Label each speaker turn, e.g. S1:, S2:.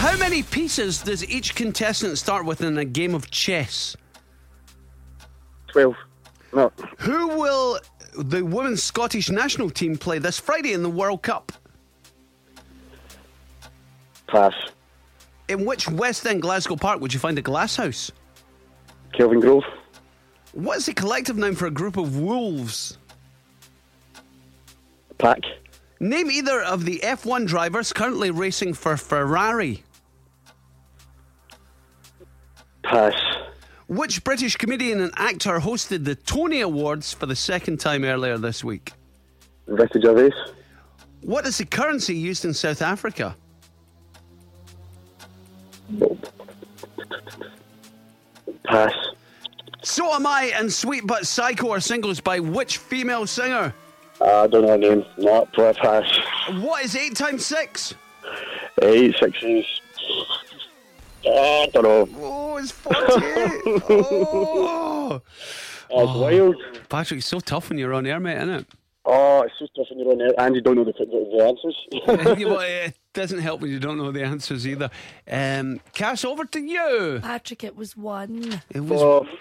S1: How many pieces does each contestant start with in a game of chess?
S2: 12. No.
S1: Who will the women's Scottish national team play this Friday in the World Cup?
S2: Pass.
S1: In which West End Glasgow Park would you find a glass house?
S2: Kelvin Grove.
S1: What's the collective noun for a group of wolves?
S2: Pack.
S1: Name either of the F1 drivers currently racing for Ferrari.
S2: Pass.
S1: Which British comedian and actor hosted the Tony Awards for the second time earlier this week?
S2: Ricky Gervais.
S1: What is the currency used in South Africa?
S2: Pass.
S1: So Am I and Sweet But Psycho are singles by which female singer?
S2: I don't know her name. Not for a pass.
S1: What is 8 times 6?
S2: Eight sixes. I don't know.
S1: Oh, it's 48. oh.
S2: Oh, it's wild.
S1: Patrick, it's so tough when you're on air, mate, isn't it?
S2: Oh, it's just tough when you're on there and you don't know the, the, the answers.
S1: Yeah, well, it doesn't help when you don't know the answers either. Um, Cass, over to you.
S3: Patrick, it was one.
S1: It was
S2: oh,